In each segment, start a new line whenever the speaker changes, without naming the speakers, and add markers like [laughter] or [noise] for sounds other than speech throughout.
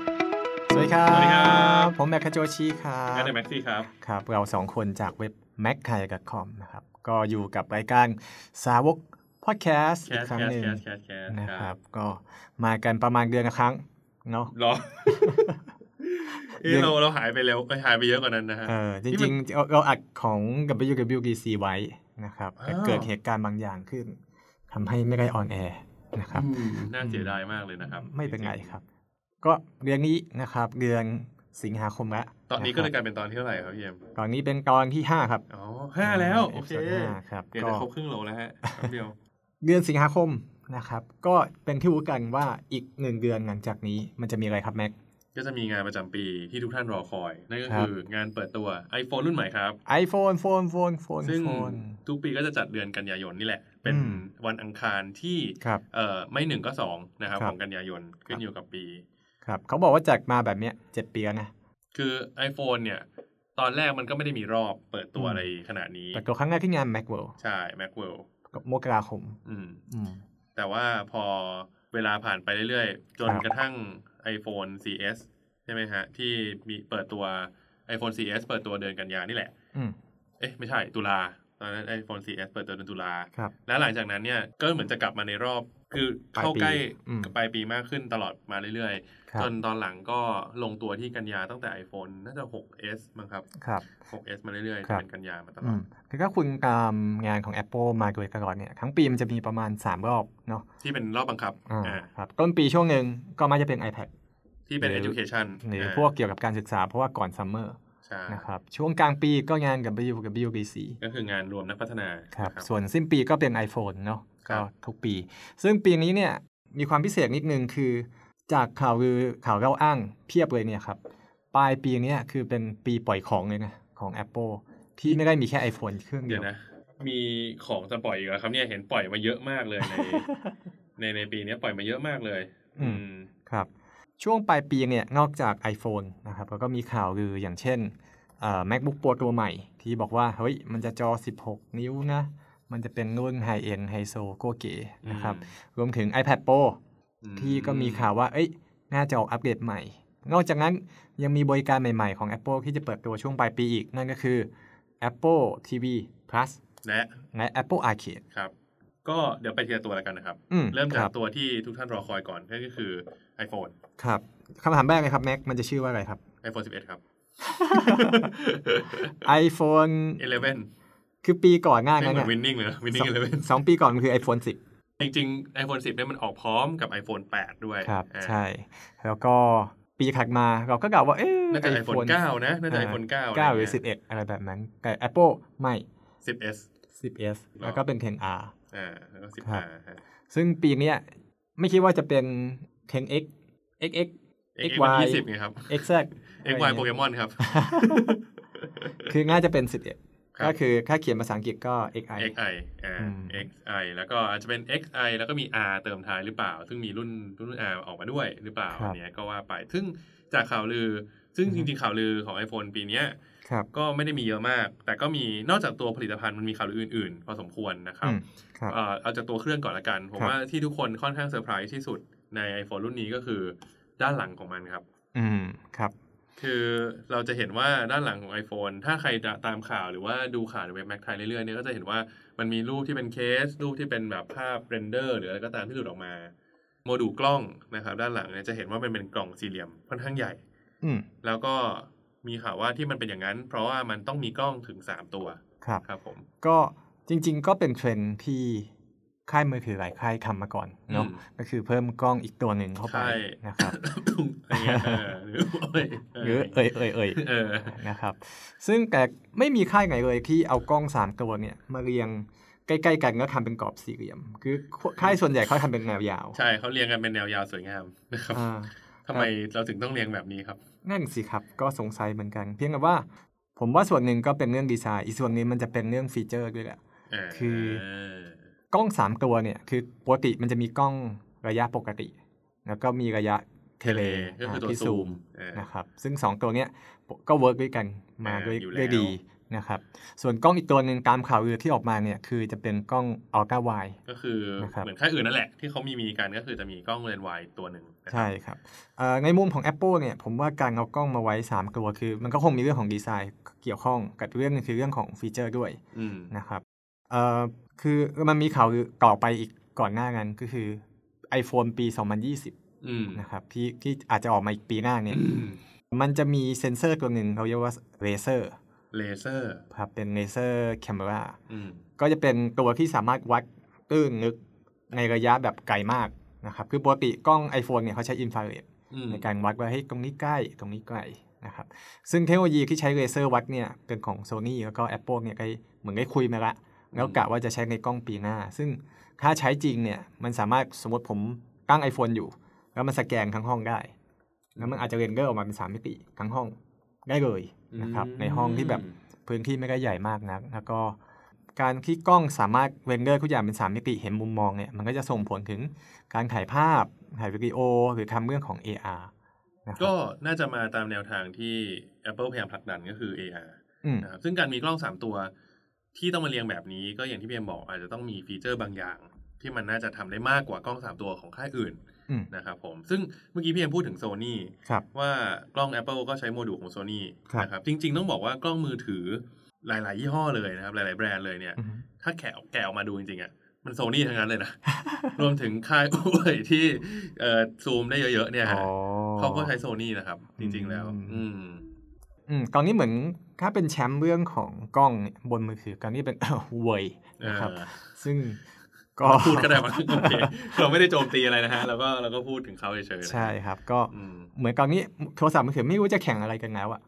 ดีครับ
สวัสดีครับ
ผมแมคคาโจชีครั
แอบ ดแม็กซี่ครับ
ครับ เราสองคนจากเว็บ m a c k a i c o m นะครับ ก็อยู่กับรายการสาวกพอดแคสต์
แค
อี
ส
กครั้
แค
ง
ส
หนึ่ง
แคสแคสแคส
นะครับ ก็มากันประมาณเดือนละครั้ง
[laughs]
เนาะ
รอ เอ้
เรื่อง
เราเราหายไปเร็วเอ้ยหายไปเยอะกว่านั้นนะฮะ
เออจ
นี่
ริงๆเราเราอัดของ WWDC ไว้นะครับแต่
อ้าว
เกิดเหตุการณ์บางอย่างขึ้นทำให้ไม่ได้ออนแอร์นะครับ
อืมน่าเสียดายมากเลยนะครับ
ไม่เป็นไรครับ ก็เดือนนี้นะครับเดือนสิงหาคมละ
ตอนนี้ก็เลย
ะ
ก
ครับ
ลายเป็นตอนที่เท่าไหร่ครับพี่เอ็ม
ตอนนี้เป็นตอนที่ห้าครับ
อ๋อห้าแล้ว โอเค
episode ห้าครับ
เดี๋ยว
ก็
จะครบครึ่งโหลแล้วฮะแป๊บเดียว
เดือนสิงหาคมนะครับ ก็เป็นที่รู้กันว่าอีกหนึ่งเดือนหลังจากนี้มันจะมีอะไรครับแม็ก
ก็จะมีงานประจำปีที่ทุกท่านรอคอย นั่นก็
ครับ
คืองานเปิดตัว iPhone รุ่นใหม่ครับ
iPhone โฟนโฟนโฟน
ซึ่ง
โฟน
ทุกปีก็จะจัดเดือนกันยายนนี่แหละ เป็น
อืม
วันอังคารที่
ครับ
เอ่อไม่หนึ่งก็สองนะครับ
ครั
ข
บ
องกันยายนขึ้นอยู่กับปี
ครับเขาบอกว่าจัดมาแบบเนี้ยเจ็ดปีแล้วนะ
คือ iPhone เนี่ย ตอนแรกมันก็ไม่ได้มีรอบเปิดตัว
อืม
อะไรขนาดนี้
แต่ตัวครั้งแรกที่งาน Macworld
ใช่ Macworld
ก็มกราคม
อืม
อืม
แต่ว่าพอเวลาผ่านไปเรื่อยๆ จน
ครับ
กระทั่ง iPhone 4S ใช่ไหมฮะ ที่มีเปิดตัว iPhone 4S เปิดตัวเดือนกันยานี่แหละ
อืม
เอ๊ะ ไม่ใช่ตุลาตอนนั้น iPhone 4S เปิดตัวเดือนตุลา
ครับ
แล้วหลังจากนั้นเนี่ย ก็เหมือนจะกลับมาในรอบ คือเข้าใกล้
อืม
ปลายปีมากขึ้นตลอดมาเรื่อย
ค
ๆ
รับ
จนตอนหลังก็ลงตัวที่กันยาตั้งแต่ iPhone น่าจะ 6S มั้งครับ
ครับ
6S มาเรื่อยๆ
ครั
จะ
บ
เป็นกันยามาตล
อื
อด
มคือถ้าคุณตามงานของ Apple มาโดยตลอดเนี่ยทั้งปีมันจะมีประมาณ 3 รอบเนาะ
ที่เป็นรอบบังคับ
อ่า
อ่า
ครับต้นปีช่วงหนึ่งก็มักจะเป็น iPad
ที่เป็น
หรือ
education
หรืออา พวกเกี่ยวกับการศึกษาเพราะว่าก่อนซัมเมอร์
ใช่
นะครับช่วงกลางปีก็งานกับ WWDC
ก็คืองานรวมนักพัฒนา
ครับ
นะ
ส่วนสิ้นปีก็เป็น iPhone เนาะ
ครั
ก็
บ
ทุกปี ซึ่งปีนี้เนี่ยมีความพิเศษนิดนึงคือ จากข่าวลือข่าวเล่าอ้างเพียบเลยเนี่ยครับปลายปีเนี้คือเป็นปีปล่อยของเลยนะของ Apple ที่ไม่ได้มีแค่ iPhone เครื่องเดี
เดี๋
ย
ยว วนะ มีของจะปล่อยอีกแล้วครับเนี่ยเห็นปล่อยมาเยอะมากเลยใน
[laughs]
ในในปีเนี้ยปล่อยมาเยอะมากเลย
อืม
อืม
ครับช่วงปลายปีเนี่ยนอกจาก iPhone นะครับแล้วก็มีข่าวลืออย่างเช่นเอ่อ MacBook Pro ตัวใหม่ ที่บอกว่าเฮ้ยมันจะจอ 16 นิ้วนะ มันจะเป็นรุ่นไฮเอ็นไฮโซโกเก๋นะครับรวมถึง iPad Pro
อืม
ที่ก็มีข่าวว่า เอ้ยน่าจะออกอัปเดตใหม่ นอกจากนั้นยังมีบริการใหม่ๆของ Apple ที่จะเปิดตัวช่วงปลายปีอีก นั่นก็คือ Apple TV Plus
และ
และ Apple Arcade
ครับ ก็เดี๋ยวไปทีละตัวแล้วกันนะครับ
อื
เริ่มจา
ค
ก
บ
ตัวที่ทุกท่านรอคอยก่อนนั่นก็คือ iPhone
ครับคำถามแรกเลยครับแม็กมันจะชื่อว่าอะไร
[laughs]
ครับ
iPhone 11 ครับ
iPhone
[laughs] 11
คือปีก่อนหน้า
ไม่
นั้น
เหมื
น่ะ
อน winning เลย winning 11
สองปีก่อนมันคือ iPhone
จริงๆ iPhone 10เนี่ยมันออกพร้อมกับ iPhone 8 ด้วย
10 ครับ
อ่า
ใช่ แล้วก็ปีถัดมาเราก็กล่าวว่า เอ๊ะ
น่าจะ iPhone 9 นะ น่าจะ
อ่า
iPhone 9
9หรือ 11 อะไรแบบนั้น แต่ Apple ไม่
10 10S
10s แล้วก็เป็น 10r
อ่าแล้วก็
ครับ
15ฮะ
ซึ่งปีเนี้ยไม่คิดว่าจะเป็น 10x xx
XY มัน
XY
20ไงครับ [laughs]
xz
XY โปเกมอนครับ
คือน่าจะเป็น
ครับ
11 ก็คือถ้าเขียนภาษาอังกฤษก็ xi
XI อ่า
อืม
XI แล้วก็อาจจะเป็น XI แล้วก็มี R เติมท้ายหรือเปล่า ซึ่งมีรุ่นรุ่น R ออกมาด้วยหรือเปล่า
ครับ
เนี่ยก็ว่าไป ซึ่งจากข่าวลือ ซึ่ง
อือ
จ
ฮึ
ริงๆ ข่าวลือของ iPhone ปีเนี้ย
ครับ
ก็ไม่ได้มีเยอะมาก แต่ก็มีนอกจากตัวผลิตภัณฑ์มันมีข่าวลืออื่นๆ พอสมควรนะครั
อื
บ
มครับ
เอ่อเอาจากตัวเครื่องก่อนละกัน ผม
ครับ
ว่าที่ทุกคนค่อนข้างเซอร์ไพรส์ที่สุดใน iPhone รุ่นนี้ก็คือด้านหลังของมันครับ
อืมครับ
คือเราจะเห็นว่าด้านหลังของ iPhone ถ้าใครตามข่าวหรือว่าดูข่าวในเว็บแม็กไทยเรื่อยๆเนี่ยก็จะเห็นว่ามันมีรูปที่เป็นเคส รูปที่เป็นแบบภาพเรนเดอร์หรืออะไรก็ตามที่หลุดออกมา โมดูลกล้องนะครับ ด้านหลังเนี่ยจะเห็นว่ามันเป็นกล่องสี่เหลี่ยมค่อนข้างใหญ่
อืม
แล้วก็มีข่าวว่าที่มันเป็นอย่างนั้น เพราะว่ามันต้องมีกล้องถึงสามตัว
ครับ
ครับผม
ก็จริง ๆ ก็เป็นเทรนด์ที่ค่ายมือถือหลายค่ายทำมาก่อนเนาะ
อืม
ก็คือเพิ่มกล้องอีกตัวหนึ่งเข้าไป
ใช่ [coughs]
นะครับ
อะไรเงี้ยเออหรือโอ้ย
หรือเอ่ยเอ่ยเอ่ย
[laughs] เออ
นะครับ ซึ่งแต่ไม่มีค่ายไหนเลยที่เอากล้องสามตัวเนี่ยมาเรียงใกล้ๆกันแล้วทำเป็นกรอบสี่เหลี่ยม คือค่ายส่วนใหญ่เขาทำเป็นแนวยาว
ใช่เขาเรียงกันเป็นแนวยาวสวยงามนะครับ
อ่า
ทำไมเราถึงต้องเรียงแบบนี้ครับ
นั่นสิครับก็สงสัยเหมือนกัน เพียงแต่ว่า ผมว่าส่วนหนึ่งก็เป็นเรื่องดีไซน์ อีกส่วนหนึงมันจะเป็นเรื่องฟีเจอร์ด้วยแหละ
อ่า
คือ กล้องสามตัวเนี่ยคือปกติมันจะมีกล้องระยะปกติ แล้วก็มีระยะเท
เท
เล
เลก็คือตัว
ที่
ซู
ซู
ม
ม
เออ
นะครับซึ่งสองตัวเนี้ยก็เวิร์กด้วยกันมา
อ่า
ด้วย
อยู่แล้ว
ด้วยดี นะครับ ส่วนกล้องอีกตัวหนึ่งตามข่าวลือที่ออกมาเนี่ยคือจะเป็นกล้องอัลตราไว
ก็คือ
นะครับ
เหมือนค่ายอื่นนั่นแหละที่เขามีมีกันก็คือจะมีกล้องเลนส์วายตัวหนึ่งนะครับ
ใช่ครับเอ่อในมุมของ Apple เนี่ยผมว่าการเอากล้องมาไว้ 3 ตัวคือ มันก็คงมีเรื่องของดีไซน์เกี่ยวข้องกับเรื่องหนึงคือเรื่องของฟีเจอร์ด้วย
อืม
นะครับเอ่อคือมันมีข่าวลือต่อไปอีกก่อนหน้านั้นก็คือ iPhone ปี 2020
อืม
นะครับที่ที่อาจจะออกมาอีกปีหน้าเนี่ยมันจะมีเซ็นเซอร์ตัวหนึ่งเขาเรียกว่าเลเซอร์
เลเซอร์
ครับเป็นเลเซอร์แคมเมรา
อืม
ก็จะเป็นตัวที่สามารถวัดตื้นลึกในระยะแบบไกลมากนะครับคือปกติกล้อง iPhone เนี่ยเขาใช้อินฟราเร
อืม
ในการวัดว่าเฮ้ยตรงนี้ใกล้ตรงนี้ไกลนะครับ ซึ่งเทคโนโลยีที่ใช้เลเซอร์วัดเนี่ยเป็นของ Sony แล้วก็ Apple เนี่ยได้เหมือนได้คุยมาละ แล้วกะว่าจะใช้ในกล้องปีหน้า ซึ่งถ้าใช้จริงเนี่ยมันสามารถสมมติผมตั้ง iPhone อยู่ แล้วมันสแกนทั้งห้องได้ แล้วมันอาจจะเรนเดอร์ออกมาเป็น 3 มิติทั้งห้องได้เลยนะครับในห้องที่แบบพื้นที่ไม่ได้ใหญ่มากนัก แล้วก็การที่กล้องสามารถเรนเดอร์ทุกอย่างเป็น 3 มิติเห็นมุมมองเนี่ยมันก็จะส่งผลถึงการถ่ายภาพถ่ายวิดีโอหรือทำเรื่องของ AR นะครับ
ก็น่าจะมาตามแนวทางที่ Apple พยายามผลักดันก็คือ AR
อืม
นะครับซึ่งการมีกล้อง 3 ตัวที่ต้องมาเรียงแบบนี้ก็อย่างที่พี่เอ็มบอกอาจจะต้องมีฟีเจอร์บางอย่าง ที่มันน่าจะทำได้มากกว่ากล้อง 3 ตัวของค่ายอื่น
อืม
นะครับผมซึ่งเมื่อกี้พี่เอ็มพูดถึง Sony
ครับ
ว่ากล้อง Apple ก็ใช้โมดูลของ Sony
ครับ
นะครับจริง ๆ ต้องบอกว่ากล้องมือถือหลาย ๆ ยี่ห้อเลยนะครับหลาย ๆ แบรนด์เลยเนี่ย
อืม
ถ้าแกะแกะออกมาดูจริงๆอ่ะมันโซนี่ทั้งนั้
[laughs]
นเลยนะ รวมถึงค่ายอ้วยที่เอ่อซูมได้เยอะๆเนี่ยฮะเขาก็ใช้โซนี่นะครับ จริงๆแล้ว
อืม
อืม
อืมตอนนี้เหมือนถ้าเป็นแชมป์เรื่องของกล้องบนมือถือตอนนี้เป็น [laughs] เวยนะครับ
เออ
ซึ่งก็
พูดก็ได้มาโอเค
[laughs]
เราไม่ได้โจมตีอะไรนะฮะเราก็เราก็พูดถึงเขาเฉยๆนะ
ใช่ครับ ก็
อืม
เหมือนตอนนี้โทรศัพท์มือถือไม่รู้จะแข่งอะไรกันแล้วอ่ะ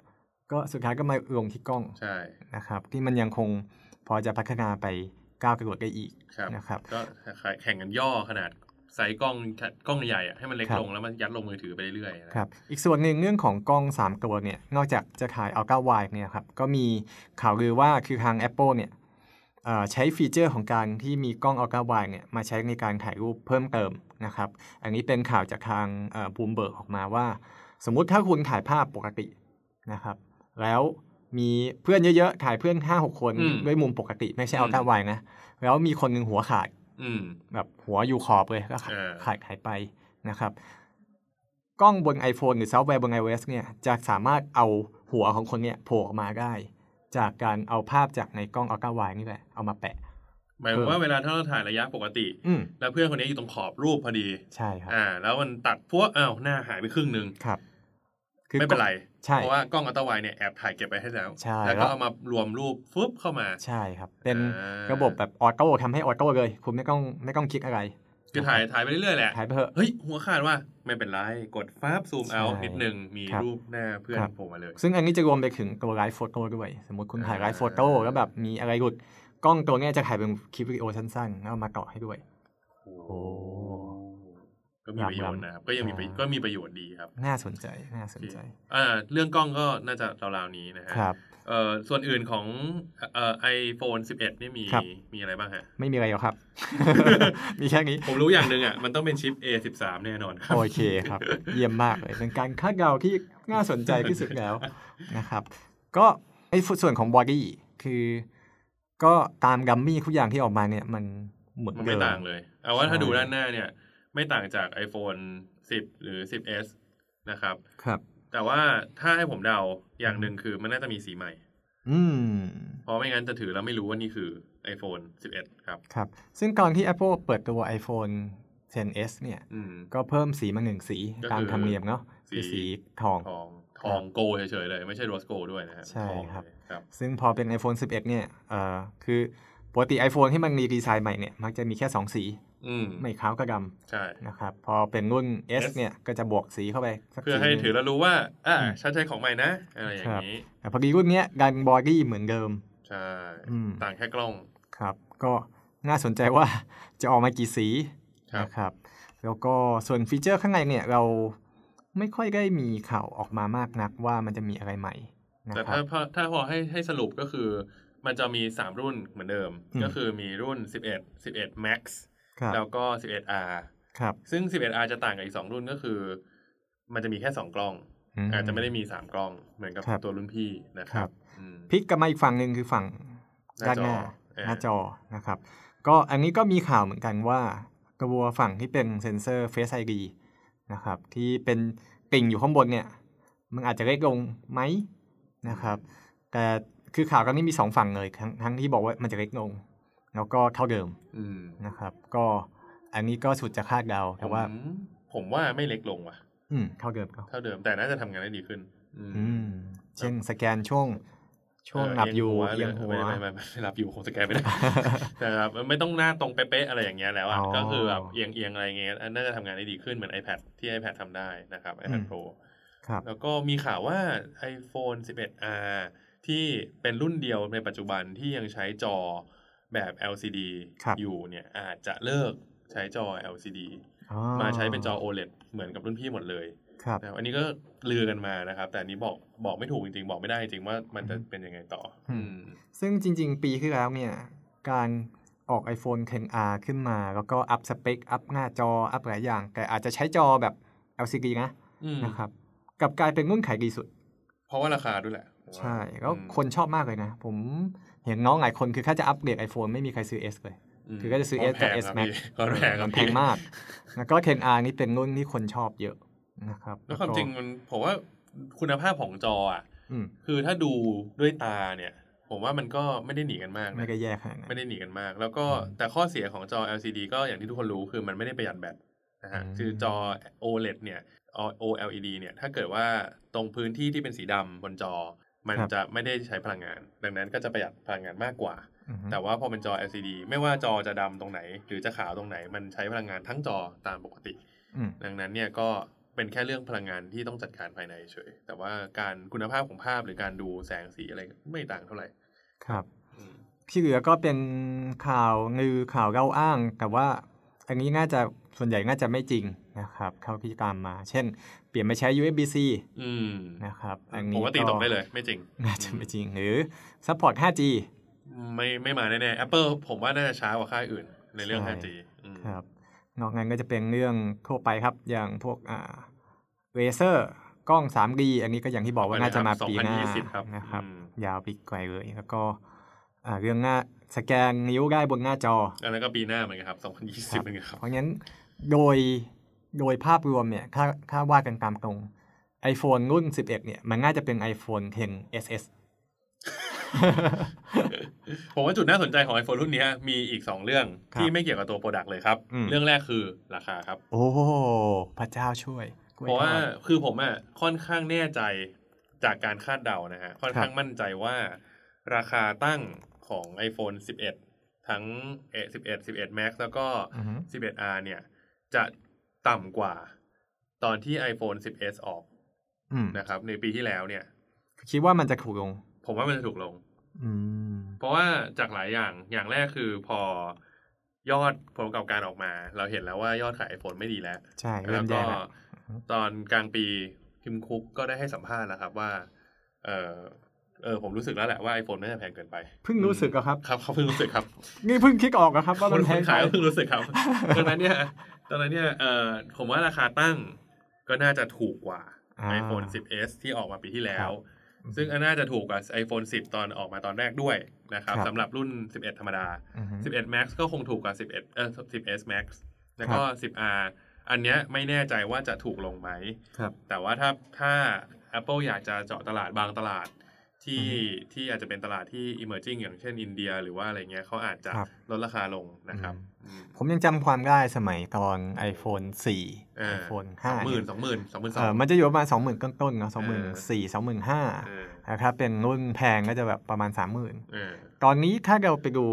ก็สุดท้ายก็มาลงที่กล้อง
ใช่
นะครับ ที่มันยังคงพอจะพัฒนาไปก้าวกระโดดได้อีก
ครับ
นะครับ
ก็แข่งกันย่อขนาดไซส์กล้องกล้องใหญ่ๆอะให้มันเล็ก
ครับ
ลงแล้วมันยัดลงมือถือไปเรื่อยๆนะครับ
อีกส่วนหนึ่งเรื่องของกล้อง 3 ตัวเนี่ย นอกจากจะถ่ายอัลตร้าไวด์เนี่ยครับ ก็มีข่าวลือว่าคือทาง Apple เนี่ยเอ่อใช้ฟีเจอร์ของการที่มีกล้องอัลตร้าไวด์เนี่ยมาใช้ในการถ่ายรูปเพิ่มเติมนะครับ อันนี้เป็นข่าวจากทางบูมเบิร์กออกมาว่า สมมุติถ้าคุณถ่ายภาพปกตินะครับ แล้วมีเพื่อนเยอะๆ ถ่ายเพื่อน 5-6 คนด้วยมุมปกติไม่ใช่อัลตร้าไวด์นะ แล้วมีคนหนึ่งหัวขาด
อืม
แบบหัวอยู่ขอบเลยก็ขาด
เออ
ขาดหายไปนะครับ กล้องบน iPhone หรือซอฟต์แวร์บน iOS เนี่ยจะสามารถเอาหัวของคนเนี่ยโผล่ออกมาได้ จากการเอาภาพจากในกล้องอัลตร้าไวนี่แหละเอามาแปะ
หมายถึงว่าเวลาถ้าเราถ่ายระยะปกติ
อืม
แล้วเพื่อนคนนี้อยู่ตรงขอบรูปพอดี
ใช่ครับ
อ่า แล้วมันตัดพวกอ้าวหน้าหายไปครึ่งหนึ่ง
ครับ
ไม่เป็นไร
ใช่
เพราะว่ากล้องอัลตราไวด์เนี่ยแอบถ่ายเก็บไปให้แล้ว
ใช่
แล้ว
แล้
ก็
ว
เอามารวมรูปฟึบเข้ามา
ใช่ครับ เป็น
อ่า
ระบบแบบออโต้ทำให้ออโต้เลย คุณไม่ต้องไม่ต้องคิดอะไร
คือถ่ายถ่ายไปเรื่อยๆแหละ
ถ่ายไปเถอะ
เฮ้ย หัวขาดว่าไม่เป็นไร กดฟ้าบซูมเอา
ใช่
นิดหนึ่งมี
ครับ
รูปหน้าเพื่อน
ครับ
โผล่มาเลย
ซึ่งอันนี้จะรวมไปถึงตัวไลฟ์โฟโต้ด้วย สมมติคุณถ่ายไลฟ์โฟโต้
อ่า
แล้วแบบมีอะไรหลุดกล้องตัวเนี้ยจะถ่ายเป็นคลิปวิดีโอสั้นๆแล้วเอามาต่อให้ด้วย
โอ้โหก็มีประโยชน์นะครับ
ล้ำๆ
ก็ยังมีประ
อ่า
ก็มีประโยชน์ดีครับ
น่าสนใจน่าสนใจ
อ่า เรื่องกล้องก็น่าจะราวๆนี้นะฮะ
ครับ
เอ่อส่วนอื่นของเอ่อไอโฟน11นี่มี
ครับ
มีอะไรบ้างฮะ
ไม่มีอะไรหรอก
[laughs]
ครับ มีแค่นี้
ผมรู้อย่างหนึ่งอ่ะ มันต้องเป็นชิป A13 แน่นอนครับ
โอเคครับ เยี่ยมมากเลยเป็นการคาดเดาที่น่าสนใจที่สุดแล้วนะครับ ก็ไอ้ส่วนของบอดี้คือ ก็ตามกัมมี่ทุกอย่างที่ออกมาเนี่ย มันเหมือน
มัน
เดิ
ไม่
ม
ต่างเลย เอาว่าถ้า
ใช่
ดูด้านหน้าเนี่ย ไม่ต่างจาก iPhone 10 หรือ 10s นะครับ
ครับ
แต่ว่าถ้าให้ผมเดาอย่างหนึ่งคือมันน่าจะมีสีใหม่
อืม
เพราะไม่งั้นจะถือแล้วไม่รู้ว่านี่คือ iPhone 11 ครับ
ครับ ซึ่งก่อนที่ Apple เปิดตัว iPhone 10s เนี่ย
อืม
ก็เพิ่มสีมาหนึ่งสี
ก็คือ
ตามธรรมเนียมเนาะคือ
สี
สีทอง
ทองทองโกเฉยๆเลย ไม่ใช่โรสโกด้วยนะฮะ
ใช่
ทอง
ครับ
เลยครับ
ซึ่งพอเป็น iPhone 11 เนี่ยเอ่อคือปกติ iPhone ที่มันมีดีไซน์ใหม่เนี่ย มักจะมีแค่ 2 สี
อืม
ไม่ขาวกับด
ใช่
ำนะครับ พอเป็นรุ่น S,
S
เนี่ย ก็จะบวกสีเข้าไปสัก
เพื่อ
สี
ให้
หนึ่ง
ถือแล้วรู้ว่า อ่า
อืม
ฉันใช้ของใหม่นะ อะไรอย่างนี้
แต่พอดีรุ่นเนี้ยดันบอดี้เหมือนเดิม
ใช่
อืม
ต่างแค่กล้อง
ครับ ก็น่าสนใจว่า จะออกมากี่สี
ครับ
นะครับ แล้วก็ส่วนฟีเจอร์ข้างในเนี่ย เราไม่ค่อยได้มีข่าวออกมามากนักว่ามันจะมีอะไรใหม่นะ
แต่
ครั
ถ้า
บ
พอถ้าพอให้ให้สรุปก็คือ มันจะมี 3 รุ่นเหมือนเดิม
อืม
ก็คือมีรุ่น 11 11 max
ครับ
แล้วก็ 11r
ครับ
ซึ่ง 11r จะต่างกับอีก 2 รุ่นก็คือ มันจะมีแค่ 2 กล้อง
ม
อาจจะไม่ได้มี 3 กล้องเหมือนกับ
ครับ
ตัวรุ่นพี่นะครับ อืม
พลิกกลับมาอีกฝั่งหนึ่งคือฝั่งด้านหน้า
หน้าจอเออ
หน้าจอนะครับ ก็อันนี้ก็มีข่าวเหมือนกันว่าตัวฝั่งที่เป็นเซ็นเซอร์ Face ID นะครับ ที่เป็นติ่งอยู่ข้างบนเนี่ย มันอาจจะเล็กลงไหมนะครับ แต่คือข่าวครั้งนี้มีสองฝั่งเลยทั้งทั้งที่บอกว่ามันจะเล็กลง แล้วก็เท่าเดิม
อืม
นะครับ ก็อันนี้ก็สุดจะคาดเดาแต่ว่า
ผมผมว่าไม่เล็กลงว่ะ
อืมเท่าเดิมก็
เท่าเดิมแต่น่าจะทำงานได้ดีขึ้น อืม
อืม เช่นสแกนช่วงช่วงหลับอยู่เอียงหัว
ไม่ไม่ไม่ไม่ไม่หลับอยู่คงสแก
[laughs]
นไม่ได้ นะครับมันไม่ต้องหน้าตรงเป๊ะๆอะไรอย่างเงี้ยแล้วอะ
อ๋อ
ก็คือแบบเอียงเอียงอะไรเงี้ยอันน่าจะทำงานได้ดีขึ้นเหมือน iPad ที่ iPad ทำได้นะครับ
อื
iPad
ม
Pro
ครับ
แล้วก็มีข่าวว่า iPhone 11R ที่เป็นรุ่นเดียวในปัจจุบันที่ยังใช้จอแบบ LCD
ครับ
อยู่เนี่ยอาจจะเลิกใช้จอ LCD
อ๋อ
มาใช้เป็นจอ OLED เหมือนกับรุ่นพี่หมดเลย
ครับ
นะครับอันนี้ก็ลือกันมานะครับ แต่อันนี้บอกบอกไม่ถูกจริงๆ บอกไม่ได้จริงว่ามันจะเป็นยังไงต่ออ
ม ซึ่งจริง ๆ ปีที่แล้วเนี่ย การออก iPhone 10R ขึ้นมา แล้วก็อัพสเปค อัพหน้าจอ อัพหลายอย่าง แต่อาจจะใช้จอแบบ LCD นะ
อืม
นะครับกลับกลายเป็นรุ่นขายดีสุด
เพราะว่าราคาด้วยแหละผมว่า
ใช่ แล้ว
อืม
คนชอบมากเลยนะ ผมเห็นน้องหลายคนคือแค่จะอัปเกรด iPhone ไม่มีใครซื้อ S เลย คือก็จะซื้อ S กับ S
พราะ
Max
มันแพงครับ
มันแพ
พี่
งมาก แล้วก็ 10R นี่เป็นรุ่นที่คนชอบเยอะนะครับ
แล้วความจริงมันผมว่าคุณภาพของจออ่ะ
อืม
คือถ้าดูด้วยตาเนี่ย ผมว่ามันก็ไม่ได้หนีกันมากนะ
ไม่ได้แย่ขนาดนั้น
ไม่ได้หนีกันมาก แล้วก็
อืม
แต่ข้อเสียของจอ LCD ก็อย่างที่ทุกคนรู้คือมันไม่ได้ประหยัดแบตนะฮะ
อืม
คือจอ OLED เนี่ย OLED เนี่ยถ้าเกิดว่าตรงพื้นที่ที่เป็นสีดำบนจอ มันจะไม่ได้ใช้พลังงาน ดังนั้นก็จะประหยัดพลังงานมากกว่า
อือฮึ
แต่ว่าพอเป็นจอ LCD ไม่ว่าจอจะดำตรงไหน หรือจะขาวตรงไหน มันใช้พลังงานทั้งจอตามปกติ
อืม
ดังนั้นเนี่ยก็เป็นแค่เรื่องพลังงานที่ต้องจัดการภายในเฉย แต่ว่าการคุณภาพของภาพหรือการดูแสงสีอะไรไม่ต่างเท่าไหร่
ครับ
อืม
ที่เหลือก็เป็นข่าวลือข่าวเล่าอ้าง แต่ว่าอันนี้น่าจะส่วนใหญ่น่าจะไม่จริงนะครับเท่าที่ตามมา เช่น เปลี่ยนมาใช้ USB-C
อืม
นะครับ อันนี้
ผมว่าตีตกได้เลย ไม่จริง
[laughs] น่าจะไม่จริงหรือซัพพอร์ต 5G
ไม่ไม่มาแน่ๆ Apple ผมว่าน่าจะช้ากว่าค่ายอื่นในเรื่อง
ใช่
5G อืม
ครับนอกนั้นก็จะเป็นเรื่องทั่วไปครับ อย่างพวกอ่าเลเซอร์ กล้อง 3D อันนี้ก็อย่างที่บอกว่าน่าจะมาปีหน้า
2020 ครับ
นะครับ
อืม
ยาวปีไกลเลย แล้วก็อ่าเรื่องหน้าสแกนนิ้วได้บนหน้าจอ
อันนั้นก็ปีหน้าเหมือนกันครับ2020เหมือนกันครับ
เพราะงั้นโดยโดยภาพรวมเนี่ยถ้าถ้าว่ากันตามตรง iPhone รุ่น 11 เนี่ย มันน่าจะเป็น iPhone 10 SS
ผมว่าจุดน่าสนใจของ iPhone รุ่นเนี้ยมีอีก 2 เรื่อง
ครับ
ที่ไม่เกี่ยวกับตัวโปรดักต์เลยครับ
อืม
เรื่องแรกคือราคาครับ
[laughs] โอ้โหพระเจ้าช่วยกล้ย
เพราะว่า
ทอด
คือผมอ่ะค่อนข้างแน่ใจจากการคาดเดานะฮะค่อนข้างมั่นใจว่า ราคาตั้งของ iPhone 11 ทั้งเอ่อ11 11 Max แล้วก็
อือฮึ
11R เนี่ย จะต่ำกว่าตอนที่ iPhone 10s ออก
อืม
นะครับ ในปีที่แล้วเนี่ย
คิดว่ามันจะถูกลง
ผมว่ามันจะถูกลง
อืม
เพราะว่าจากหลายอย่าง อย่างแรกคือพอยอดผลประกอบการออกมา เราเห็นแล้วว่ายอดขาย iPhone ไม่ดีแล้ว
ใช่
แล้
เริ่
ว
ม
ก็
แย่แล้ว อืม
ตอนกลางปีคิมคุกก็ได้ให้สัมภาษณ์แล้วครับว่า เออเออผมรู้สึกแล้วแหละว่า iPhone น่าจะแพงเกินไป
เพิ่งรู้สึกเหรอครับ
ครับเขาเพิ่งรู้สึกครับ
นี่เพิ่งคิดออกอะครับ ว่ามัน
ค
แพง
น
ไป
ขายก็เพิ่งรู้สึกครับดังนั้นเนี่ยตอนนั้นเนี่ยเออผมว่าราคาตั้งก็น่าจะถูกกว่า
อ่า
iPhone 10s ที่ออกมาปีที่แล้
ครั
ว
บ
ซึ่งอันน่าจะถูกกว่า iPhone 10 ตอนออกมาตอนแรกด้วยนะครับ
ครับ
สำหรับรุ่น 11 ธรรมดา
อือฮึ
11 Max ก็คงถูกกว่า 11 เอ่อ 10s Max แล้วก็
ค
10R อันเนี้ยไม่แน่ใจว่าจะถูกลงไหม
ครับ
แต่ว่าถ้าถ้า Apple อยากจะเจาะตลาดบางตลาดที่ที่อาจจะเป็นตลาดที่ emerging อย่างเช่นอินเดีย หรือว่าอะไรเงี้ยเขาอาจจะ
ครับ
ลดราคาลงนะครับ
ผมยังจำความได้สมัยตอน iPhone 4 iPhone
สอง
5
ห
เนี่
มื่
ย
นสองหมื่นสองหมื่นส
เอ
อ
อ
ง
มันจะอยู่ประมาณสองหมื่นต้นๆเนาะสองห
เอ
มื่น
อ
สี่สองหมื่นห้านะครับเป็นรุ่นแพงก็จะแบบประมาณสามหมื่น
เออ
ตอนนี้ถ้าเราไปดู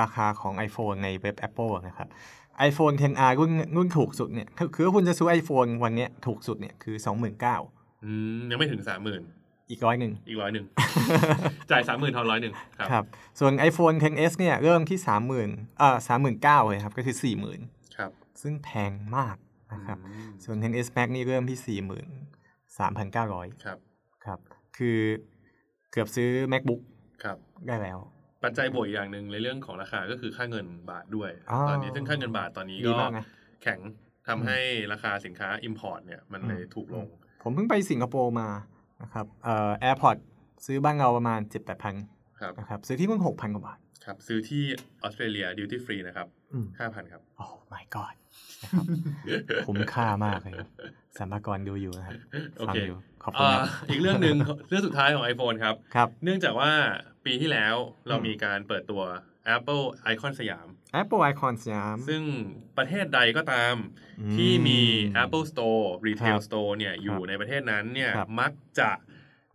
ราคาของ iPhone ในเว็บ Apple นะครับ iPhone 10R รุ่นรุ่นถูกสุดเนี่ยคือคือคุณจะซื้อ iPhone วันเนี้ยถูกสุดเนี่ยคือ 29,000
อืมยังไม่ถึงสามหมื่น
อีกร้อยหนึ่ง
อีกร้อย
[laughs]
หนึ่ง จ่ายสามหมื่นทอนร้อยหนึ่งครับ
ครับ ส่วน iPhone 10s เนี่ยเริ่มที่ 30,000เอ่อ39,000เลยครับ ก็คือ 40,000
ครับ
ซึ่งแพงมากนะครับ
อืม
ส่วน 10s Max นี่เริ่มที่ 43,900
ครับ
ครับ คือเกือบซื้อ macbook
ครับ
ได้แล้ว
ปัจจัยบวกอีกอย่างหนึ่งในเรื่องของราคาก็คือค่าเงินบาทด้วย
อ๋อ
ตอนนี้ซึ่งค่าเงินบาทตอนนี้
ดี
ก็
มากนะ
แข็งทำให้ราคาสินค้า Import เนี่ยมันเลย
อืม
ถูกลง
ผมเพิ่งไปสิงคโปร์มานะครับ เอ่อ AirPods ซื้อบ้านเราประมาณ 7 8 0 0พัน
ครับ
นะครับซื้อที่เมืองหกพันกว่าบาท
ครับ ซื้อที่ออสเตรเลียดิวตี้ฟรีนะครับ
อืม
ห้าพันครับ
โอ้ my god นะครับ คุ้มค่ามากเลยครับสามภากรดูอยู่นะครับ
โอ
ฟัง
เค
อยู่ขอบคุณ
อ่า
ครับ
อีกเรื่อง
[laughs]
หนึ่งเรื่องสุดท้ายของ iPhone ครับ
ครับ
เนื่องจากว่าปีที่แล้วเรา
อืม
มีการเปิดตัว Apple Icon สยาม
Apple Icon สยาม
ซึ่งประเทศใดก็ตาม
อื
ที่มี Apple Store
ค
Retail
รับ
Store เนี่ยอยู่ในประเทศนั้นเนี่ย
ครับ
มักจะ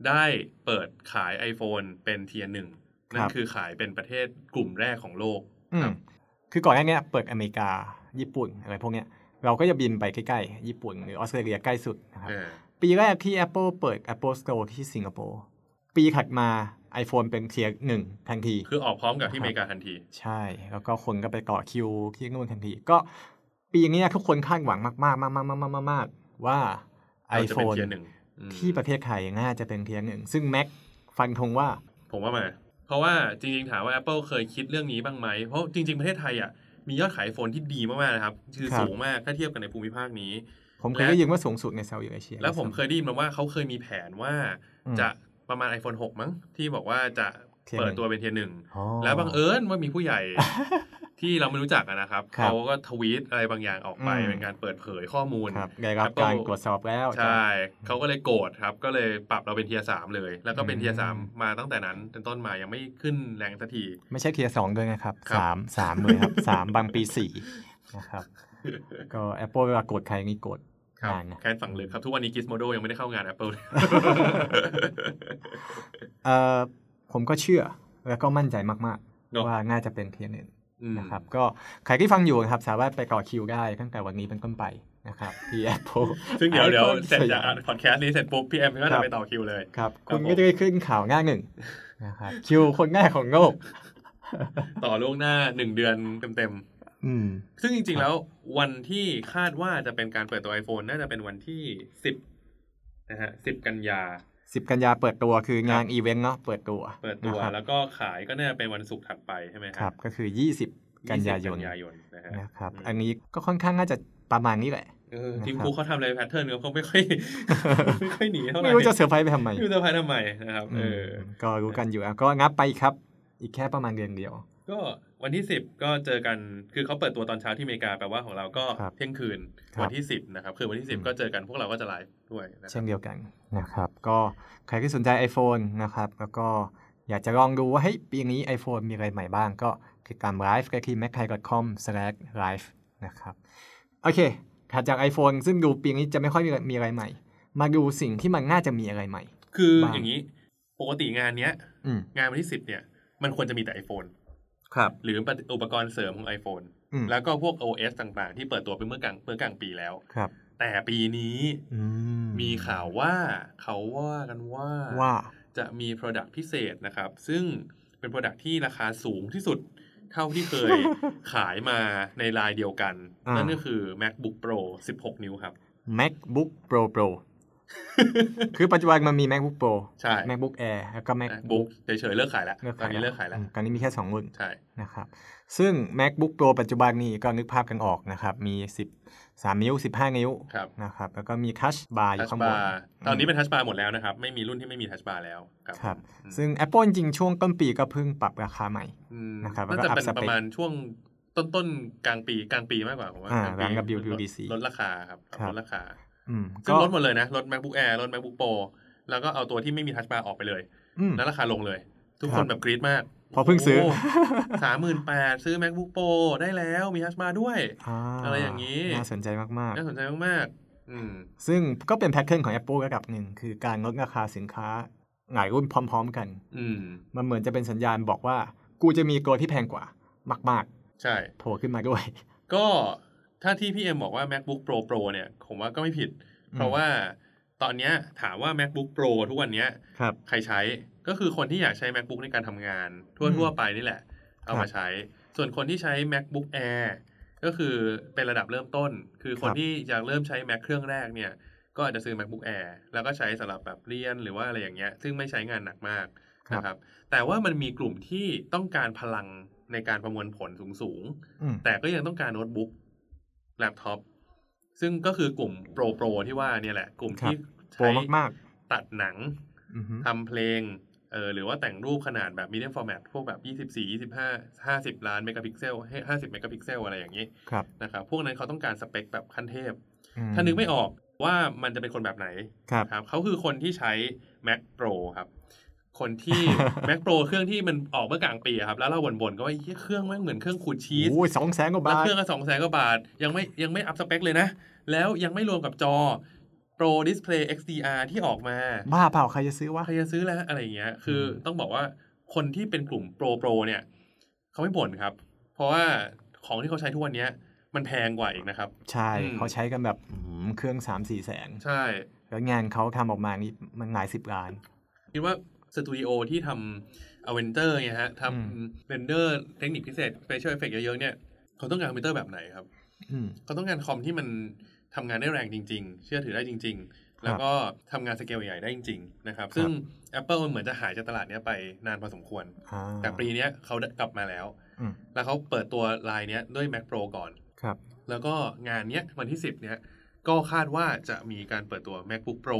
ได้เปิดขาย iPhone เป็นเทียหนึ่ง
ครับ
นั่นคือขายเป็นประเทศกลุ่มแรกของโลก
อืมคือก่อนหน้าเนี้ยเปิดอเมริกาญี่ปุ่นอะไรพวกเนี้ยเราก็จะบินไปใกล้ๆ ญี่ปุ่นหรือออสเตรเลียใกล้สุดนะครับ
เออ
ปีแรกที่ Apple เปิด Apple Store ที่สิงคโปร์ปีถัดมา iPhone เป็นเทียร์หนึ่งทันที
คือออกพร้อมกับที่
ครับ
อเมริกาทันที
ใช่ แล้วก็คนก็ไปต่อคิวที่นู่นทันที ก็ปีเนี้ยทุกคนคาดหวังมากๆมากๆมากๆมากๆว่า
เราจะเป็น
iPhone
เทียหนึ่งอืม
ที่ประเทศไทยน่าจะเป็นเทียร์หนึ่งซึ่ง Mac ฟันธงว่า
ผมว่ามา เพราะว่าจริงๆถามว่า Apple เคยคิดเรื่องนี้บ้างไหม เพราะจริงๆ ประเทศไทยอ่ะมียอดขาย iPhone ที่ดีมากๆนะครับ คือ
ครับ
สูงมากถ้าเทียบกันในภูมิภาคนี้
ผมเคยได้ยินว่าสูงสุดในเซาท์อีเอเชีย
แล้วผมเคยได้ยินมาว่าเขาเคยมีแผนว่า
อืม
จะประมาณ iPhone 6 มั้ง ที่บอกว่าจะ
เทียร์หนึ่ง
เปิดตัวเป็นเทียร์หนึ่ง
อ๋อ
แล้วบังเอิญว่ามี
[laughs]
ผู้ใหญ่ ที่เราไม่รู้จักอะนะครับ
ครับ
เขาก็ทวีตอะไรบางอย่างออกไป
อืม
เป็นการเปิดเผยข้อมูล
ครับได้รับ
Apple
การตรวจสอบแล้ว
ใช่เขาก็เลยโกรธครับ ก็เลยปรับเราเป็นเทียสามเลย แล้วก็เป็น
อืม
เทียสามมาตั้งแต่นั้นเป็นต้นมายังไม่ขึ้นแรงสักที
ไม่ใช่เทียร์สองด้วยนะครับ
ค
สา
รับ
มสามเลยครับสามบางปีสี่
[laughs]
นะครับก็ Apple เวลาโกดใครนี่โกดนานนะ
แค้นฝังลึกครับ ทุกวันนี้กิสโมโดยังไม่ได้เข้างาน
[laughs]
Apple เลย
เอ่อผมก็เชื่อแล้วก็มั่นใจมาก
เนาะ
ๆ ว่าน่าจะเป็นเทียร์หนึ่ง
อืม
นะครับก็ใครที่ฟังอยู่นะครับ สามารถไปต่อคิวได้ตั้งแต่วันนี้เป็นต้นไปนะครับที่ [laughs] Apple
ซึ่งเดี๋ยวเดี๋ยว
iPhone
เสร็จจาก
สยาม
พอดแคสต์นี้เสร็จปุ๊บพี่แอมก็
ครั
จะ
บ
ไปต่อคิวเลย
ครับ
ค
คุ
รับ
ณ
ผม
ก็จะได้ขึ้นข่าวหน้าหนึ่งนะครับคิวคนง่ายของโลก
ต่อล่วงหน้าหนึ่งเดือนเต็ม
อืม
ๆ ซึ่งจริงๆแล้ววันที่คาดว่าจะเป็นการเปิดตัว iPhone น่าจะเป็นวันที่สิบนะฮะสิบกันยา
สิบกันยาเปิดตัวคือ
ครับ
งานอีเวนต์เนาะเปิดตัว
เปิดตัว
นะครับ
แล้วก็ขายก็น่าจะเป็นวันศุกร์ถัดไปใช่ไหมฮะ
ครับ ก็คือยี่สิบกันยายน
20กันยายนนะฮะ
นะครับ
อืม
อันนี้ก็ค่อนข้างน่าจะประมาณนี้แหละ
เออ
นะครับ
ทีมคุกเขาทำอะไรแพทเทิร์นเขาไม่ค่อย
[laughs]
ไม่ค่อยหนีเท่าไหร่
ไม่รู้จะเซอร์ไพรส์ไปทำไม
ไม่รู้จะพายทำไมนะครับเอออ
มก็รู้กันอยู่อ่ะก็งับไปครับ อีกแค่ประมาณเดือนเดียว
ก็วันที่สิบก็เจอกันคือเขาเปิดตัวตอนเช้าที่อเมริกาแปลว่าของเราก็
ครับ
เที่ยงคืน
ครับ
วันที่สิบนะครับคือวันที่สิบ
อืม
ก็เจอกันพวกเราก็จะไลฟ์ด้วยนะครั
เช่
บ
นเดียวกันนะครับ ก็ใครที่สนใจ iPhone นะครับ แล้วก็อยากจะลองดูว่าเฮ้ยปีนี้ iPhone มีอะไรใหม่บ้าง ก็ติดตามไลฟ์ได้ที่ m a c t h a i c o m l i v e นะครับโอเคถัดจาก iPhone ซึ่งดูปีนี้จะไม่ค่อยมีมีอะไรใหม่ มาดูสิ่งที่มันน่าจะมีอะไรใหม่
คือ
บ้าง
อย่างนี้ปกติงานเนี้ย
อืม
งานวันที่สิบเนี่ยมันควรจะมีแต่ iPhone
ครับ
หรืออุปกรณ์เสริมของ iPhone
อืม
แล้วก็พวก OS ต่างๆ ที่เปิดตัวไปเมื่อกลางเมื่อกลางปีแล้ว
ครับ
แต่ปีนี้
อื
มีข่าวว่าเขาว่ากันว่า
ว่า
จะมี Product พิเศษนะครับ ซึ่งเป็น Product ที่ราคาสูงที่สุดเท่าที่เค
[laughs]
ย ขายมาในรายเดียวกัน
อ่านั่
นั่นก็คือ MacBook Pro 16 นิ้วครับ
MacBook Pro
[laughs]
Pro คือปัจจุบันมันมี MacBook Pro
ใช่
MacBook Air แล้วก็ MacBook
MacBook เฉยๆเลิกขายแล้วตอนนี้เลิกขายแล้ว
อืมตอนนี้มีแค่สองรุ่น
ใช่
นะครับซึ่ง MacBook Pro ปัจจุบันนี้ก็นึกภาพกันออกนะครับ มี 13 นิ้ว 15 นิ้ว
ครับ
นะครับ แล้วก็มี Touch Bar อ
ทั
ยู่
ช
ข้างบบ
าน ร์ตอนนี้เป็นทัชบาร์หมดแล้วนะครับ ไม่มีรุ่นที่ไม่มีทัชบาร์แล้วครับ
ครับ
อืม
ซึ่ง Apple จริงๆช่วงต้นปีก็เพิ่งปรับราคาใหม่
อืม
นะครับแล้ว
น่า
ก็
จะ
up spec
เป็นประมาณช่วงต้นต้นๆกลางปีกลางปีมากกว่าผมว่า
อ่าก
ลางปี
หลัง WWDC
ลดลดราคาครับ
ครับ
ลดราคา
อืม
ซึ่งลดหมดเลยนะลด macbook air ลด macbook pro แล้วก็เอาตัวที่ไม่มีทัชบาร์ออกไปเลย
อืม
แล้วราคาลงเลย ทุก
ครับ
คนแบบกรี๊ดมาก
พอเพิ่งซื้อ
สามหมื่นแปดซื้อ macbook pro ได้แล้วมีทัชบาร์ด้วย อะไรอย่างนี้
นี้น่าสนใจมาก
น่าสนใจมากๆอืม
ๆ ซึ่งก็เป็นแพทเทิร์นของ Apple ระดับหนึ่ง คือการลดราคาสินค้าหลายรุ่นพร้อม ๆ กัน
อืม
มันเหมือนจะเป็นสัญญาณบอกว่า กูจะมีตัวที่แพงกว่ามาก
ใช่
ๆโผล่ขึ้นมาด้วย
ก็ถ้าที่พี่เอ็มบอกว่า macbook pro pro เนี่ยผมว่าก็ไม่ผิด เพราะว่าตอนเนี้ยถามว่า macbook pro ทุกวันเนี้ย
ครับ
ใครใช้ก็คือคนที่อยากใช้ macbook ในการทำงาน ทั่ว
อื
ทั่ว
ม
ไปนี่แหละ เอา
ครั
มา
บ
ใช้ ส่วนคนที่ใช้ macbook air ก็คือเป็นระดับเริ่มต้น คือคน
ครับ
ที่อยากเริ่มใช้ mac เครื่องแรกเนี่ย ก็อาจจะซื้อ macbook air แล้วก็ใช้สำหรับแบบเรียนหรือว่าอะไรอย่างเงี้ยซึ่งไม่ใช้งานหนักมากนะครับ แต่ว่ามันมีกลุ่มที่ต้องการพลังในการประมวลผลสูง
อืม
ๆแต่ก็ยังต้องการโน้ตบุ๊กแล็ปท็อปซึ่งก็คือกลุ่มโปรโปรที่ว่าเนี่ยแหละ กลุ่มที่
ครับ โปร
ใช้
มาก
ตัดหนัง
ๆอือฮึ
ทำเพลง เออหรือว่าแต่งรูปขนาดแบบ medium format พวกแบบ 24 25 50 ล้านเมกะพิกเซล50 เมกะพิกเซลอะไรอย่างนี้
ครับ
นะครับพวกนั้นเขาต้องการสเปคแบบขั้นเทพ
อื
ถ้านึกไม่ออกว่ามันจะเป็นคนแบบไหน
ครับ
ครับเขาคือคนที่ใช้ Mac Pro ครับ คนที่
[laughs]
Mac Pro เครื่องที่มันออกเมื่อกลางปีอะครับ แล้วเราบ่นๆก็ว่าเหี้ยเครื่องแม่งเหมือนเครื่องขูดชีส
โอ้ยสองแสนกว่า
แล้ว
บาท
เครื่องก็สองแสนกว่าบาท ยังไม่ยังไม่อัพสเปคเลยนะ แล้วยังไม่รวมกับจอ Pro Display XDR ที่ออกมา
บ้าเปล่าใครจะซื้อวะ
ใครจะซื้อแล้วอะไรอย่างเงี้ย คืออ
ม
ต้องบอกว่าคนที่เป็นกลุ่ม Pro Pro เนี่ย เขาไม่บ่นครับ เพราะว่าของที่เขาใช้ทุกวันเนี้ย มันแพงกว่าอีกนะครับ
ใช่
อืม
เขาใช้กันแบบอืมเครื่องสามสี่แสน
ใช่
แล้วงานเขาทำออกมานี่มันหลายสิบล้าน
คิดว่าสตูดิโอที่ทำอเวนเจอร์ไงฮะท
อืม
ำเรนเดอร์เทคนิคพิเศษ Special Effect เยอะๆเนี่ย เขาต้องการคอมพิวเตอร์แบบไหนครับ
อืม
เขาต้องการคอมที่มันทำงานได้แรงจริง ๆ เชื่อถือได้จริง ๆ แล้วก็ทำงานสเกลใหญ่ได้จริง ๆ นะครับ ซึ่ง Apple มันเหมือนจะหายจากตลาดเนี้ยไปนานพอสมควร
อ่า
แต่ปีเนี้ยเขาได้กลับมาแล้ว
อืม
แล้วเขาเปิดตัวลายเนี้ยด้วย Mac Pro ก่อน
ครับ
แล้วก็งานเนี้ยวันที่ 10 เนี้ยก็คาดว่าจะมีการเปิดตัว MacBook Pro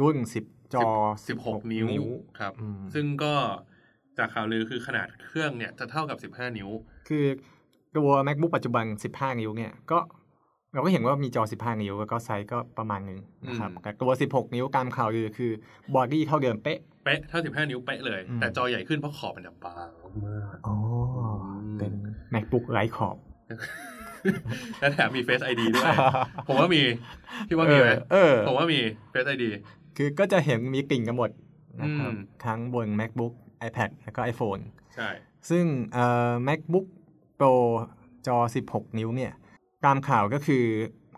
รุ่นสิบจอ
10 16 นิ้วครับ
อืม
ซึ่งก็จากข่าวลือคือขนาดเครื่องเนี่ยจะเท่ากับ 15 นิ้ว
คือตัว macbook ปัจจุบัน 15 นิ้วเนี่ยก็เราก็เห็นว่ามีจอ 15 นิ้ว แล้วก็ไซส์ก็ประมาณหนึ่งนะครับ
อืม
แต่ตัว 16 นิ้วตามข่าวลือคือบอดี้เท่าเดิมเป๊ะ
เป๊ะเท่า 15 นิ้วเป๊ะเลย
อืม
แต่จอใหญ่ขึ้นเพราะขอบมันจะบางมาก
อ๋อเป็น macbook ไร้ขอบ
[laughs] และแถมมี Face ID
[laughs]
ด้วย ผมว่ามีพี่ว่ามีไหม
เออ
ผ
เอ
ม
อ
ว่ามี Face ID
คือก็จะเห็นมีกลิ่งกันหมดนะครับ
อืม
ทั้งบน macbook ipad แล้วก็ iphone
ใช่
ซึ่งเอ่อ macbook pro จอ 16 นิ้วเนี่ยตามข่าวก็คือ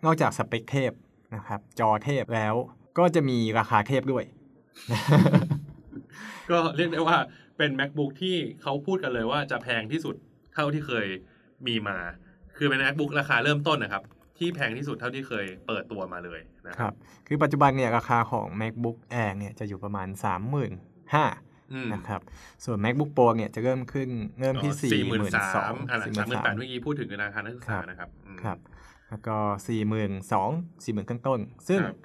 นอกจากสเปคเทพนะครับ จอเทพแล้วก็จะมีราคาเทพ
[laughs]
ด้วย
ก็เรียกได้ว่าเป็น MacBook ที่เขาพูดกันเลยว่าจะแพงที่สุดเท่าที่เคยมีมา คือเป็น MacBook ราคาเริ่มต้นนะครับ ที่แพงที่สุดเท่าที่เคยเปิดตัวมาเลยนะ
ครับ คือปัจจุบันเนี่ยราคาของ macbook air เนี่ยจะอยู่ประมาณ 35,000
อืม
นะครับ ส่วน macbook pro เนี่ยจะเริ่มขึ้นเริ่มที่
สี่หมื่นสาม
42,000
อ่ะหลังสามหมื่นแปด
43,000
เมื่อกี้พูดถึงราคานักศึกษานะครับอืม
ครับ แล้วก็สี่หมื่นสองสี่หมื่นต้นๆซึ่ง
ครับ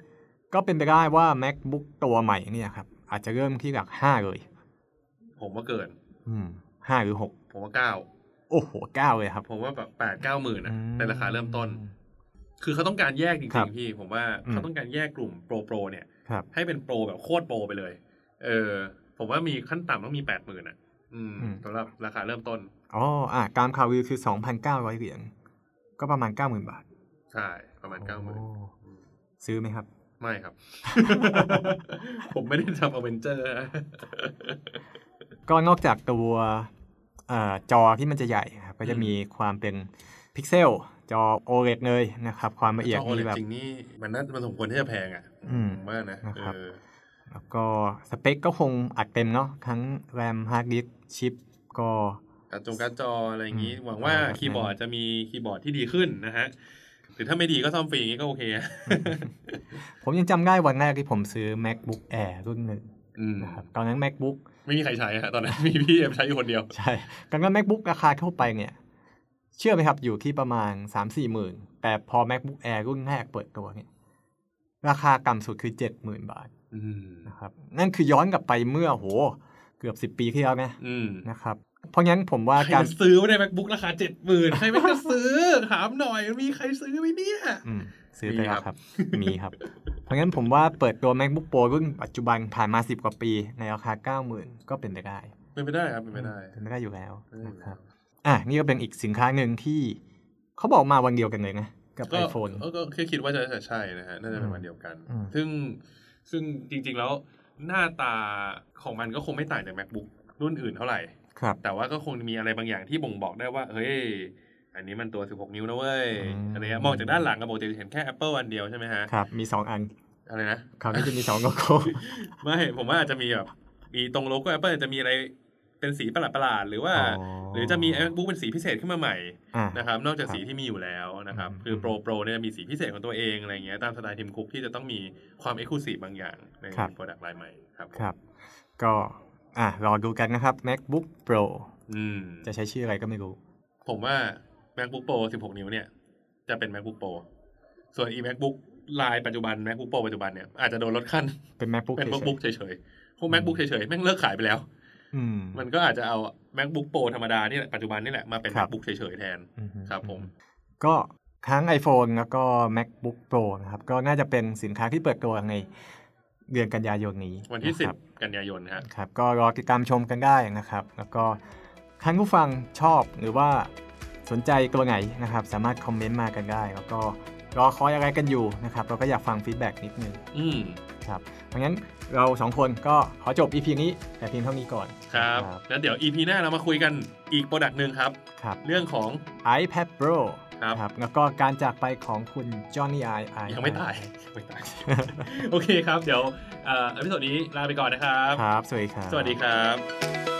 ก็เป็นไปได้ว่า macbook ตัวใหม่เนี่ยครับ อาจจะเริ่มที่หลักห้าเลย
ผมว่าเกิน
อืมห้าหรือหก
ผมว่าเก้า
โอ้โหเก้าเลยครับ
ผมว่าแบบแปดเก้าหมื่น
อื
อ่ะ
ม
ในราคาเริ่มต้น คือเขาต้องการแยกจ
ครับ
ริงๆพี่ผมว่า
อืม
เขาต้องการแยกกลุ่มโปรโปรเนี่ย
ครับ
ให้เป็นโปรแบบโคตรโปรไปเลย เออ ผมว่ามีขั้นต่ำต้องมีแปดหมื่นอ่ะ อืม
อืม
สำหรับราคาเริ่มต้น
อ๋ออ่ะตามข่าววิวคือสองพันเก้าร้อยเหรียญก็ประมาณเก้าหมื่นบาท
ใช่ ประมาณเก้าหมื่น
โอ้ซื้อไหมครับ
ไม่ครับ [laughs] ผมไม่ได้ทำอเวนเจอร์
ก็นอกจากตัวเอ่อจอที่มันจะใหญ่ครับก็จะ
อืม
มีความเป็นพิกเซลจอ OLED เลยนะครับ ความละเอียด
จอ
มี
เล
แบบ
จริงนี่ มันน่ามันสมควรที่จะแพงอ่ะ
อืม
ผมว่านะ
นะครับ
เออ
แล้วก็สเปคก็คงอัดเต็มเนาะทั้งแรมฮาร์ดดิสชิปก็
การะจงการะจออะไรอย่างนี้
อืม
หวังว่า
อะไรแบบนั้น
คีย์บอร์ดจะมีคีย์บอร์ดที่ดีขึ้นนะฮะหรือถ้าไม่ดีก็ซ่อมฟรีอย่างนี้ก็โอเคอะ
ผมยังจำได้วันแรกที่ผมซื้อ macbook air รุ่นหนึ่ง
อืม
นะครับตอนนั้น macbook
ไม่มีใครใช้อะตอน [laughs] นั้นมีพี่เอ็มใช้อยู่คนเดียว
ใช่ตอนนั้น macbook ราคาทั่วไปเนี่ย เชื่อไหมครับอยู่ที่ประมาณ 3 4หมื่น แต่พอ macbook air รุ่นแรกเปิดตัวเนี่ยราคาต่ำสุดคือ 70,000 บาท
อืม
นะครับ นั่นคือย้อนกลับไปเมื่อโห เกือบ 10 ปีที่แล้วนะ
อืม
นะครับ เพราะงั้นผมว่า
ใคร
การ
มันซื้อใน MacBook ราคาเจ็ดหมื่นใครมันจะซื้อ ถามหน่อยมีใครซื้อไหมเนี่ย
อืมซื้อไป
มีค
แล้ว
รับ
ครับ มีครับ เพราะงั้นผมว่าเปิดตัว macbook pro รุ่นปัจจุบันผ่านมา 10 กว่าปี ในราคา 90,000 ก็เป็นไปได้
เป็นไปได้ครับ เป็นไปได้
เป็นไม่ได้อยู่แล้วนะครับ อ่ะ นี่ก็เป็นอีกสินค้าหนึ่งที่เขาบอกมาวันเดียวกันเลยนะ กับ
ก็
iPhone
ก็ก็แค่คิดว่าจะจะใช่นะฮะ น่าจะเป็นวันเดียวกัน
อืม
ซึ่งซึ่งจริงๆแล้วหน้าตาของมันก็คงไม่ต่างจาก MacBook รุ่นอื่นเท่าไหร่
ครับ
แต่ว่าก็คงมีอะไรบางอย่างที่บ่งบอกได้ว่า เฮ้ย อันนี้มันตัว 16 นิ้วนะเว้ย
อืม
อะไรเงี้ยมองจากด้านหลังกับปกติจะเห็นแค่ Apple อันเดียวใช่ไหมฮะ
ครับ มี 2 อัน
อะไรนะ
คราวนี้จะมี2โลโก้ [laughs]
ไม่ผมว่าอาจจะมีแบบมีตรงโลโก้ Apple จะมีอะไรเป็นสีประหลาดๆหรือว่า หรือจะมี MacBook เป็นสีพิเศษขึ้นมาใหม่
อ่า
นะครับนอกจาก
ครับ
สีที่มีอยู่แล้วนะครับ
อืม
คือ Pro Pro เนี่ยจะมีสีพิเศษของตัวเองอะไรเงี้ยตามสไตล์ทีมคุกที่จะต้องมีความเอก u s i ล e บางอย่างใน
ครับ
โปรดักต์รายใหม่ครับผม
ครับ ก็ อ่ะ รอดูกันนะครับ macbook pro
อืม
จะใช้ชื่ออะไรก็ไม่รู้
ผมว่า MacBook Pro 16 นิ้วเนี่ย จะเป็น MacBook Pro ส่วน e MacBook ลายปัจจุบัน MacBook Pro ปัจจุบันเนี่ยอาจจะโดนลดขั้น
เป็น macbook
เป็น
เฉย
MacBook เฉย พวก macbook เฉยๆแม่งเลิกขายไปแล้ว
อืม
มันก็อาจจะเอา macbook pro ธรรมดานี่แหละปัจจุบันนี่แหละมาเป็น
ครับ
macbook เฉยๆแทน
อื
ครับผม
ก็ทั้ง iPhone แล้วก็ MacBook Pro นะครับ ก็น่าจะเป็นสินค้าที่เปิดตัวในเดือนกันยายนนี้
วันที่
นะครับ
10 กันยายนนะฮะ
ครับก็รอติดตามชมกันได้นะครับ แล้วก็ท่านผู้ฟังชอบหรือว่าสนใจตัวไหนนะครับ สามารถคอมเมนต์มากันได้ แล้วก็รอคอยอะไรกันอยู่นะครับ เราก็อยากฟังฟีดแบ็กนิดนึง
อืม
ครับเพราะงั้นเราสองคนก็ขอจบ EP นี้แต่เพียงเท่านี้ก่อน
ครับ แล้วเดี๋ยว EP หน้าเรามาคุยกันอีกโปรดักต์หนึ่งครับ
ครับ
เรื่องของ
iPad Pro
ครับ
แล้วก็การจากไปของคุณจอห์นนี่ไอไอ
ยังไม่ตายยังไม่ตาย [laughs] โอเคครับ เดี๋ยวเอ่อพิโซดนี้ลาไปก่อนนะครับ
ครับ สวัสดีครับ
สวัสดีครับ